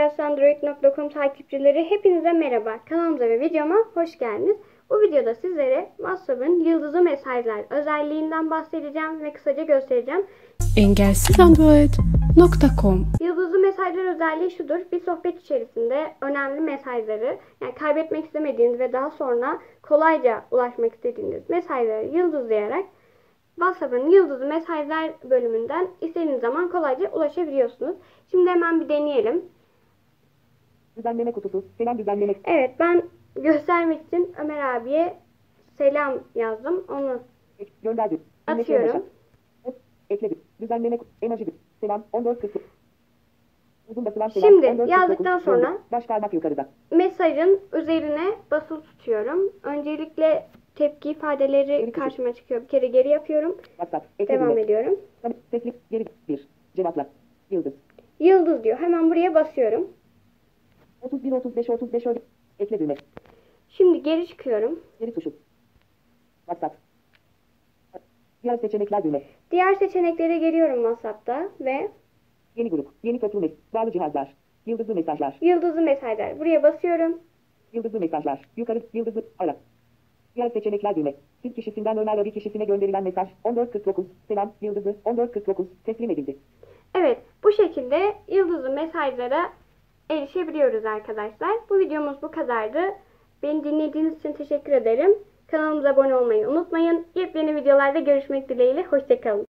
engelsanandroid.com takipçileri hepinize merhaba. Kanalımıza ve videoma hoş geldiniz. Bu videoda sizlere WhatsApp'ın yıldızı mesajlar özelliğinden bahsedeceğim ve kısaca göstereceğim. engelsizandroid.com Yıldızlı mesajlar özelliği şudur. Bir sohbet içerisinde önemli mesajları, yani kaybetmek istemediğiniz ve daha sonra kolayca ulaşmak istediğiniz mesajları yıldızlayarak WhatsApp'ın yıldızlı mesajlar bölümünden istediğiniz zaman kolayca ulaşabiliyorsunuz. Şimdi hemen bir deneyelim. Düzenleme kutusu. Selam düzenleme. Evet ben göstermek için Ömer abiye selam yazdım. Onu Ek, gönderdi. atıyorum. Ekledi. Düzenleme kutusu. Emoji. Selam. 14 kısım. Uzun basılan selam. Şimdi 14.49. yazdıktan sonra- Baş parmak yukarıda. Mesajın üzerine basılı tutuyorum. Öncelikle tepki ifadeleri Geri çekil. karşıma çıkıyor. Bir kere geri yapıyorum. WhatsApp. Ekledi. Devam ediyorum. Sesli. Geri. Bir. Cevapla. Yıldız. Yıldız diyor. Hemen buraya basıyorum. 31 35 35 öyle. Ekle düğme. Şimdi geri çıkıyorum. Geri tuşu. WhatsApp. Diğer seçenekler düğme. Diğer seçeneklere geliyorum WhatsApp'ta ve Yeni grup. Yeni köprü mes. Bağlı cihazlar. Yıldızlı mesajlar. yıldızlı mesajlar. Buraya basıyorum. Yıldızlı mesajlar. Yukarı yıldızlı ara. Diğer seçenekler düğme. Siz kişisinden Ömer Abi kişisine gönderilen mesaj 1449. Selam yıldızı 1449 teslim edildi. Evet, bu şekilde yıldızlı mesajlara erişebiliyoruz arkadaşlar. Bu videomuz bu kadardı. Beni dinlediğiniz için teşekkür ederim. Kanalımıza abone olmayı unutmayın. Yepyeni videolarda görüşmek dileğiyle. Hoşçakalın.